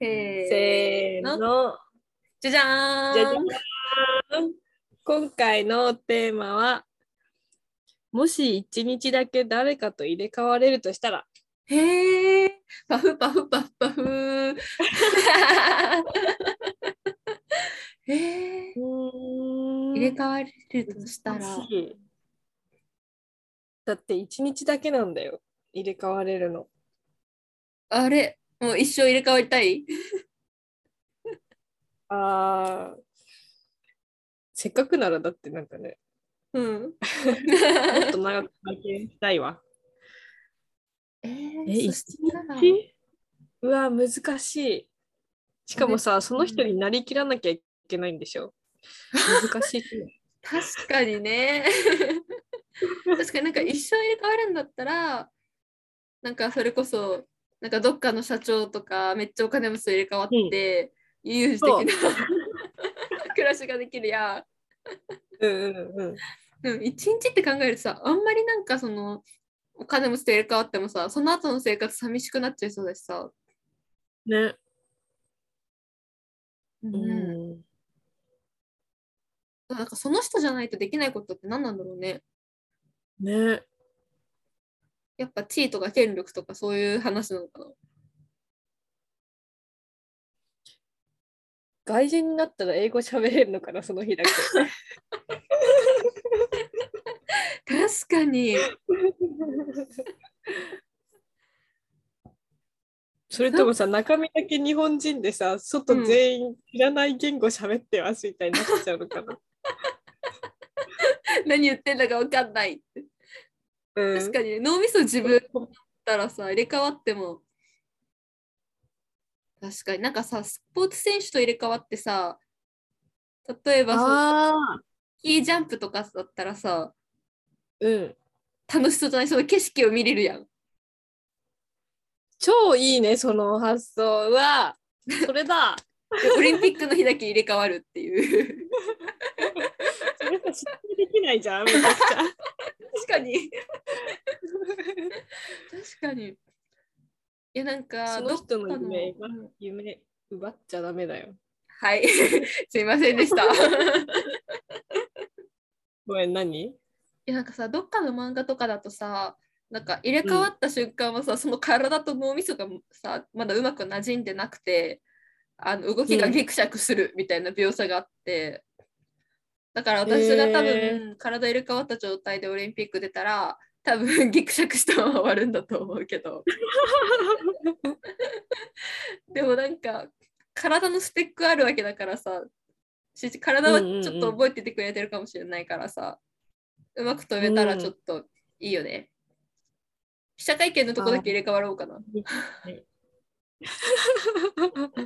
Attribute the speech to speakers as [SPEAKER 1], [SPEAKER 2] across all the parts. [SPEAKER 1] せ
[SPEAKER 2] せ
[SPEAKER 1] ーの。
[SPEAKER 2] ーの。
[SPEAKER 1] じゃじゃ
[SPEAKER 2] じ
[SPEAKER 1] ー
[SPEAKER 2] ゃじ
[SPEAKER 1] ん。
[SPEAKER 2] ゃん今回のテーマは、もし一日だけ誰かと入れ替われるとしたら、
[SPEAKER 1] へえ。パフパフパフパ フ。へえ。入
[SPEAKER 2] 入
[SPEAKER 1] れ替われるとしたら。
[SPEAKER 2] だって一日だけなんだよ、入れ替われるの。
[SPEAKER 1] あれもう一生入れ替わりたい
[SPEAKER 2] あーせっかくならだってなんかね、
[SPEAKER 1] うん。
[SPEAKER 2] もっと長く体験したいわ。
[SPEAKER 1] え
[SPEAKER 2] え
[SPEAKER 1] ー、そしたら
[SPEAKER 2] うわ、難しい。しかもさ、その人になりきらなきゃいけないんでしょ。難しい。
[SPEAKER 1] 確かにね。確かになん か一生入れ替わるんだったら、なんかそれこそ、なんかどっかの社長とかめっちゃお金持ちと入れ替わって、悠々自適な 暮らしができるや、
[SPEAKER 2] うんうんうん。
[SPEAKER 1] うん、一日って考えるとさ、あんまりなんかその、お金持ちと入れ替わってもさ、その後の生活寂しくなっちゃいそうだしさ。
[SPEAKER 2] ね。
[SPEAKER 1] うん
[SPEAKER 2] うん。
[SPEAKER 1] なんかその人じゃないとできないことって何なんだろうね。
[SPEAKER 2] ね。
[SPEAKER 1] やっぱ地位とか権力とかそういう話なのかな。
[SPEAKER 2] 外人になったら英語喋れるのかな、その日だけ。
[SPEAKER 1] 確かに。
[SPEAKER 2] それともさ、中身だけ日本人でさ、外全員いらない言語喋ってますみたいになっちゃうのかな。
[SPEAKER 1] 何言ってんだか分かんないって。
[SPEAKER 2] うん
[SPEAKER 1] 確かにね脳みそ自分だったらさ、入れ替わっても。確かになんかさ、スポーツ選手と入れ替わってさ、例えばそう
[SPEAKER 2] ああ、
[SPEAKER 1] スキージャンプとかだったらさ、
[SPEAKER 2] うん。
[SPEAKER 1] 楽しそうじゃないその景色を見れるやん。
[SPEAKER 2] 超いいね、その発想。うわ、それだ。
[SPEAKER 1] でオリンピックの日だけ入れ替わるって いう。
[SPEAKER 2] それさ、失敗できないじゃん、めちゃくちゃ。
[SPEAKER 1] 確かに。確かに。いやなんか
[SPEAKER 2] そ
[SPEAKER 1] ど
[SPEAKER 2] の
[SPEAKER 1] っか
[SPEAKER 2] 人
[SPEAKER 1] の
[SPEAKER 2] の夢
[SPEAKER 1] う
[SPEAKER 2] が
[SPEAKER 1] ん
[SPEAKER 2] 夢奪っちゃダメだよ。
[SPEAKER 1] はい すいませんでしたい
[SPEAKER 2] ごめん、何
[SPEAKER 1] やなんかさどっかの漫画とかだとさなんか入れ替わった瞬間はさ、その体と脳みそがさまだうまく馴染んでなくてあの動きがギクシャクするみたいな描写があって、だから私が多分、
[SPEAKER 2] へ
[SPEAKER 1] 体入れ替わった状態でオリンピック出たら多分ギクシャクしたまま終わるんだと思うけどでもなんか体のスペックあるわけだからさし体はちょっと覚えててくれてるかもしれないからさ、うまく飛べたらちょっといいよね、記者会見のとこだけ入れ替わろうかな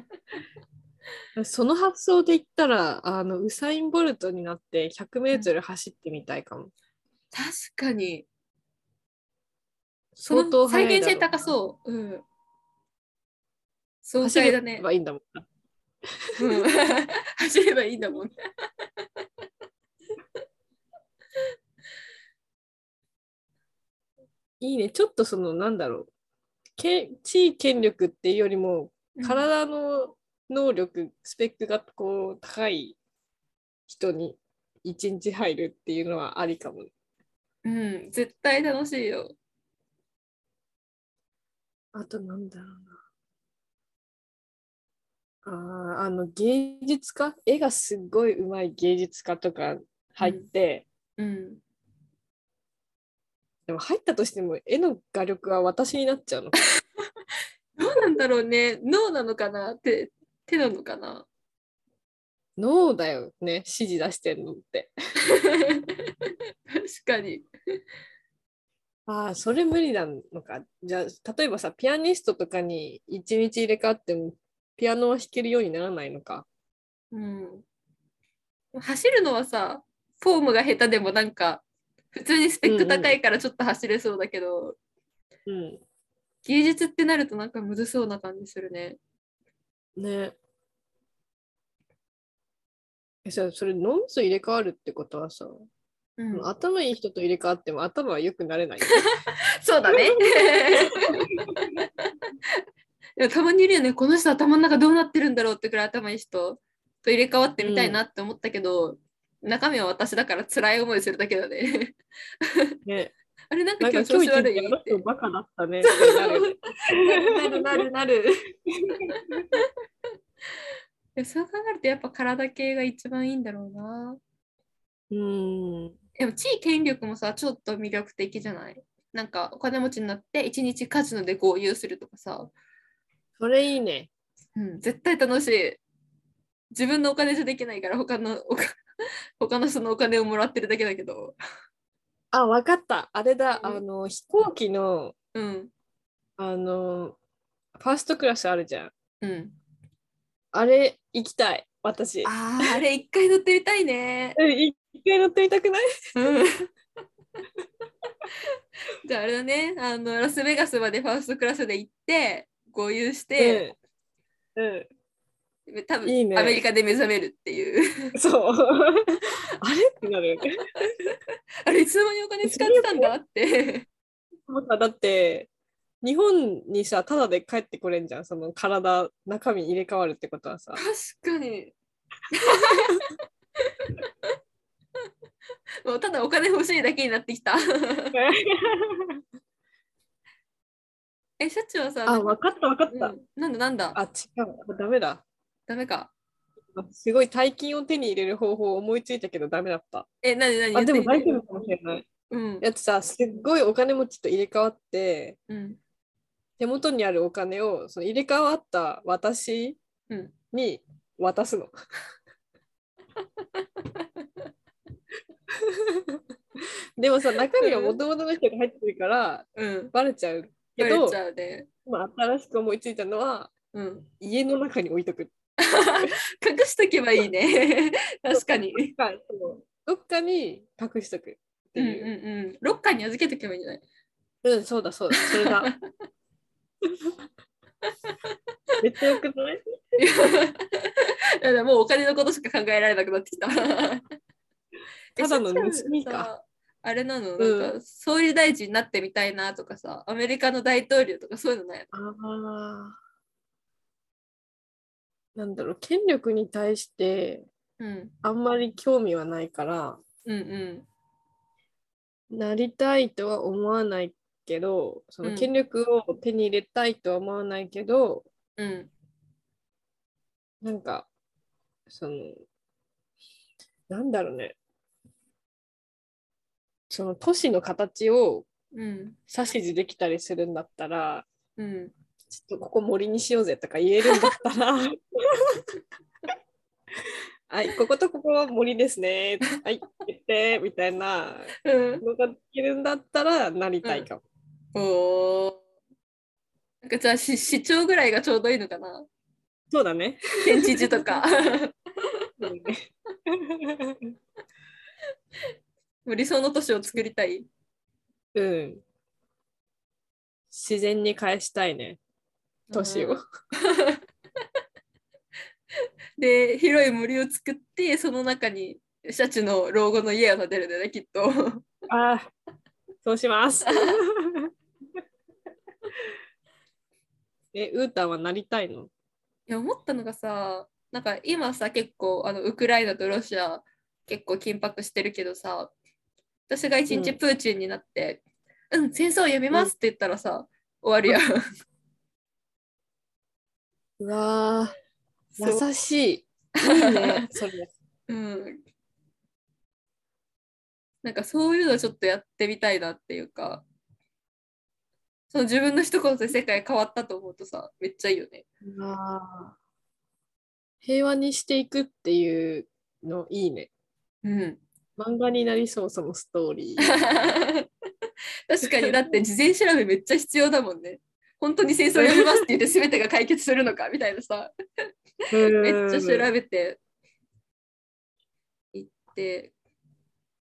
[SPEAKER 2] その発想で言ったらあのウサイン・ボルトになって 100m 走ってみたいかも。
[SPEAKER 1] 確かに
[SPEAKER 2] 相当速
[SPEAKER 1] 再
[SPEAKER 2] い
[SPEAKER 1] 現
[SPEAKER 2] だろ
[SPEAKER 1] 性
[SPEAKER 2] うな
[SPEAKER 1] 高そううん爽
[SPEAKER 2] 走
[SPEAKER 1] 快だ
[SPEAKER 2] れ
[SPEAKER 1] ね、
[SPEAKER 2] ばいいんだもんな。
[SPEAKER 1] うん、走ればいいんだもんね
[SPEAKER 2] いいね。ちょっとそのなんだろう。け地位権力っていうよりも体の能力、スペックがこう高い人に一日入るっていうのはありかも。
[SPEAKER 1] うん、うん、絶対楽しいよ
[SPEAKER 2] あとなんだろうな。あーあの芸術家絵がすっごい上手い芸術家とか入って、
[SPEAKER 1] うん
[SPEAKER 2] でも入ったとしても絵の画力は私になっちゃうの。
[SPEAKER 1] どうなんだろうね脳なのかな手手なのかな
[SPEAKER 2] 脳だよね指示出してんのって。
[SPEAKER 1] 確かに
[SPEAKER 2] ああそれ無理なのか。じゃあ例えばさピアニストとかに一日入れ替わってもピアノは弾けるようにならないのか。
[SPEAKER 1] うん走るのはさフォームが下手でもなんか普通にスペック高いからちょっと走れそうだけど、
[SPEAKER 2] うん。
[SPEAKER 1] 芸術ってなるとなんかむずそうな感じするね
[SPEAKER 2] ねえ。さそれ脳みそ入れ替わるってことはさ、
[SPEAKER 1] うん
[SPEAKER 2] 頭いい人と入れ替わっても 頭は良くなれない。
[SPEAKER 1] そうだねいやたまにいるよねこの人頭の中どうなってるんだろうってくらい頭いい人と入れ替わってみたいなって思ったけど、中身は私だから辛い思いするだけだね
[SPEAKER 2] ね、
[SPEAKER 1] あれなんか
[SPEAKER 2] なんか
[SPEAKER 1] 今
[SPEAKER 2] 今
[SPEAKER 1] 日調
[SPEAKER 2] 日一
[SPEAKER 1] 子悪い
[SPEAKER 2] 日あ
[SPEAKER 1] よ
[SPEAKER 2] の
[SPEAKER 1] って
[SPEAKER 2] 人バカだったねってなる。
[SPEAKER 1] なるなるなる いやそう考えるとやっぱ体系が一番いいんだろうな
[SPEAKER 2] うん。
[SPEAKER 1] でも地位権力もさちょっと魅力的じゃないなんかお金持ちになって一日カジノで豪遊するとかさ、
[SPEAKER 2] それいいね。
[SPEAKER 1] うん、絶対楽しい自分のお金じゃできないから他 のお金他の人のお金をもらってるだけだけど
[SPEAKER 2] あ、わかった。あれだ。
[SPEAKER 1] う
[SPEAKER 2] あ
[SPEAKER 1] ん
[SPEAKER 2] の、飛行機の、
[SPEAKER 1] うん
[SPEAKER 2] あの、ファーストクラスあるじゃん。
[SPEAKER 1] うん
[SPEAKER 2] あれ、行きたい。私。
[SPEAKER 1] あーあれ一回乗ってみたいね。
[SPEAKER 2] うん一回乗ってみたくない
[SPEAKER 1] じゃああれだねあのラスベガスまでファーストクラスで行って合流して、
[SPEAKER 2] うん。う
[SPEAKER 1] 多分
[SPEAKER 2] いいね
[SPEAKER 1] アメリカで目覚めるっていう
[SPEAKER 2] ん。 そう。あれってなるよね。
[SPEAKER 1] あれいつの間にお金使ってたんだって
[SPEAKER 2] もうさだって、日本にさ、ただで帰ってこれんじゃん。その体、中身入れ替わるってことはさ。
[SPEAKER 1] 確かにもうただお金欲しいだけになってきたえシャチはさ
[SPEAKER 2] あ、わかったわかった。
[SPEAKER 1] うんなんだなんだ
[SPEAKER 2] あ、違う。ダメだ。
[SPEAKER 1] ダメか
[SPEAKER 2] すごい大金を手に入れる方法を思いついたけどダメだった。
[SPEAKER 1] え何何
[SPEAKER 2] あ、でも
[SPEAKER 1] 言
[SPEAKER 2] 大
[SPEAKER 1] って
[SPEAKER 2] 丈
[SPEAKER 1] み
[SPEAKER 2] 夫かもしれない。
[SPEAKER 1] てうん
[SPEAKER 2] だってさ、すっごいお金持ちと入れ替わって、
[SPEAKER 1] うん
[SPEAKER 2] 手元にあるお金をその入れ替わった私
[SPEAKER 1] うん
[SPEAKER 2] に渡 すの。でもさ、中身は元々の人が入ってるから
[SPEAKER 1] うん
[SPEAKER 2] バレちゃうけ
[SPEAKER 1] 言わ
[SPEAKER 2] ど
[SPEAKER 1] れち、ゃうね
[SPEAKER 2] まあ、新しく思いついたのは
[SPEAKER 1] うん
[SPEAKER 2] 家の中に置いとく。
[SPEAKER 1] 隠しとけばいいね。確かに。
[SPEAKER 2] どっかそのどっかに隠しとくって
[SPEAKER 1] うんう
[SPEAKER 2] い
[SPEAKER 1] ん
[SPEAKER 2] う。
[SPEAKER 1] うん。ロッカーに預けとけばいいんじゃない
[SPEAKER 2] うん、そうだそうだ、それだ。 めっちゃよくない
[SPEAKER 1] いやだからもうお金のことしか考えられなくなって きた。
[SPEAKER 2] ただの盗み
[SPEAKER 1] え。シャチ
[SPEAKER 2] か。
[SPEAKER 1] さあれなの、
[SPEAKER 2] うん
[SPEAKER 1] なんか総理大臣になってみたいなとかさ、アメリカの大統領とかそういうのない
[SPEAKER 2] ああ。なんだろう、権力に対して
[SPEAKER 1] の、うん、
[SPEAKER 2] あんまり興味はないから、
[SPEAKER 1] うんうん
[SPEAKER 2] なりたいとは思わないけど、そ
[SPEAKER 1] うん
[SPEAKER 2] の権力を手に入れたいとは思わないけど、
[SPEAKER 1] うん
[SPEAKER 2] なんか、その、なんだろうね。その都市の形を
[SPEAKER 1] うん
[SPEAKER 2] 指図できたりするんだったら、
[SPEAKER 1] うん。
[SPEAKER 2] ちょっとここ森にしようぜとか言えるんだった ら、はい、こことここは森ですね、はい、言って、みたいな
[SPEAKER 1] うん、
[SPEAKER 2] のができるんだったらなりたいか
[SPEAKER 1] お
[SPEAKER 2] も。
[SPEAKER 1] ーなんかじゃあし市長ぐらいがちょうどいいのかな
[SPEAKER 2] そうだね。
[SPEAKER 1] 県知事とか。
[SPEAKER 2] そうだね
[SPEAKER 1] もう理想の都市を作りたい。
[SPEAKER 2] うん。自然に返したいね、年
[SPEAKER 1] う
[SPEAKER 2] を
[SPEAKER 1] ん。で広い森を作ってその中にシャチの老後の家を建てるんだよねきっと
[SPEAKER 2] ああ、そうし ます。え、ウータンはなりたいの
[SPEAKER 1] いや思ったのがさなんか今さ結構あのウクライナとロシア結構緊迫してるけどさ私が一日
[SPEAKER 2] うん
[SPEAKER 1] プーチンになって「うん、戦争をやめます」って言ったらさ、終わるやん
[SPEAKER 2] うわー
[SPEAKER 1] そう
[SPEAKER 2] 優しい。いい ね、それ。
[SPEAKER 1] うんなんかそういうのちょっとやってみたいなっていうかその自分の一言で世界変わったと思うとさめっちゃいいよね
[SPEAKER 2] あ平和にしていくっていうのいいね。
[SPEAKER 1] うん
[SPEAKER 2] 漫画になりそう、そのストーリー。
[SPEAKER 1] 確かにだって事前調べめっちゃ必要だもんね。本当に戦争やめますって言って全てが解決するのかみたいなさめっちゃ調べて行って、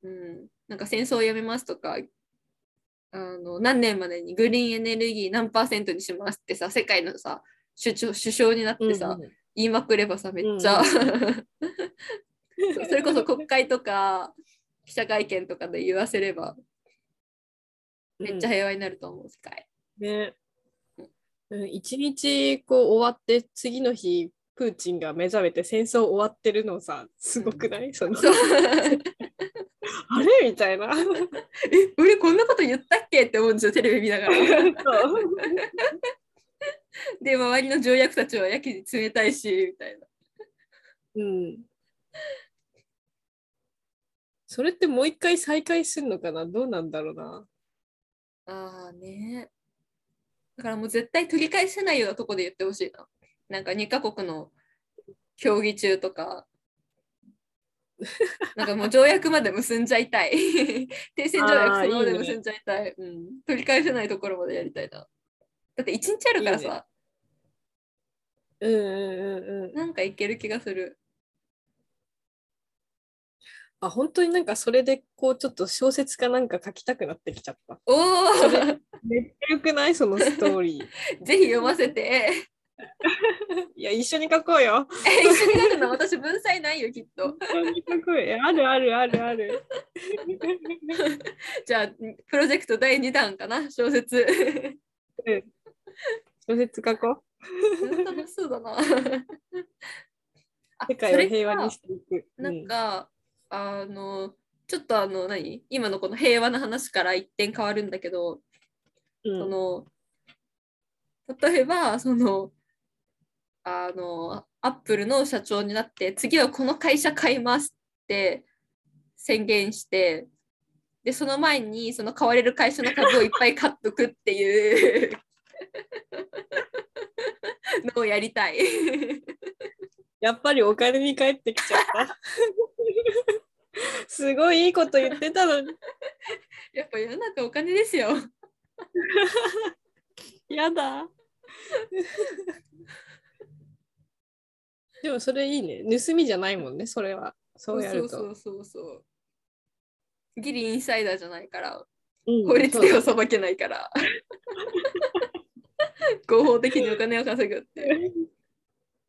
[SPEAKER 1] うん、なんか戦争をやめますとかあの何年までにグリーンエネルギー何パーセントにしますってさ世界のさ首長首相になってさ、
[SPEAKER 2] うんうん
[SPEAKER 1] 言いまくればさめっち ゃ、
[SPEAKER 2] う
[SPEAKER 1] そうそれこそ国会とか記者会見とかで言わせればめっちゃ平和になると思う、世界。
[SPEAKER 2] ね。うん一日こう終わって次の日プーチンが目覚めて戦争終わってるのさすごくない、その
[SPEAKER 1] そう
[SPEAKER 2] あれみたいなそう
[SPEAKER 1] え俺こんなこと言ったっけって思うんですよテレビ見ながら。で周りの条約たちはやけに冷たいしみたいな。
[SPEAKER 2] うんそれってもう一回再開するのかなどうなんだろうな
[SPEAKER 1] ああね。だからもう絶対取り返せないようなとこで言ってほしいな。なんか2カ国の協議中と か。なんかもう条約まで結んじゃい たい。停戦条約
[SPEAKER 2] あー
[SPEAKER 1] そのままで
[SPEAKER 2] いいね
[SPEAKER 1] 結んじゃいたいうん。取り返せないところまでやりたいな。だって1日あるからさ、
[SPEAKER 2] いいねうんうんうんうん
[SPEAKER 1] なんかいける気がする。
[SPEAKER 2] あ本当になんかそれでこうちょっと小説かなんか書きたくなってきちゃった
[SPEAKER 1] お
[SPEAKER 2] そ
[SPEAKER 1] お
[SPEAKER 2] れめっちゃよくないそのストーリー
[SPEAKER 1] ぜひ読ませて。
[SPEAKER 2] いや一緒に書こうよ
[SPEAKER 1] え一緒になるの私文才ないよきっと。
[SPEAKER 2] 一緒に書こうよあるあるあるある
[SPEAKER 1] じゃあプロジェクト第2弾かな小説。
[SPEAKER 2] 小説書こう
[SPEAKER 1] 楽しそうだな。あ
[SPEAKER 2] 世界を平和にしていく。
[SPEAKER 1] それかなん
[SPEAKER 2] うん
[SPEAKER 1] か、あのちょっとあの何今のこの平和の話から一点変わるんだけど、
[SPEAKER 2] うん
[SPEAKER 1] その例えばそのあのアップルの社長になって次はこの会社買いますって宣言してでその前にその買われる会社の株をいっぱい買っとくっていう のをやりたい。
[SPEAKER 2] やっぱりお金に帰ってきちゃった。 すごいいいこと言ってたのに、
[SPEAKER 1] やっぱ世の中お金ですよ。
[SPEAKER 2] やだ。でもそれいいね。盗みじゃないもんね、それは。そうやると。
[SPEAKER 1] そうそうそうそう。ギリインサイダーじゃないから、
[SPEAKER 2] うん
[SPEAKER 1] 法律
[SPEAKER 2] そう
[SPEAKER 1] では裁けないから。 合法的にお金を稼ぐっていう。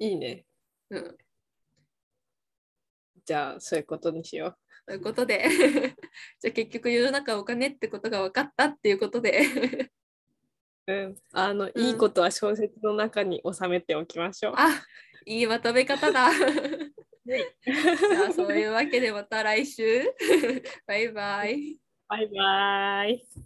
[SPEAKER 2] いいね。
[SPEAKER 1] うん、と
[SPEAKER 2] じゃあ、そういうことにしよ
[SPEAKER 1] いうことで、 じゃあ結局世の中お金ってことが分かったっていうことで、
[SPEAKER 2] う。うん、あの、いいことは小説の中に収めておきましょう。
[SPEAKER 1] あいいまとめ方だ。 じゃあ そういうわけでまた来週。バイバイ。
[SPEAKER 2] バイバイ。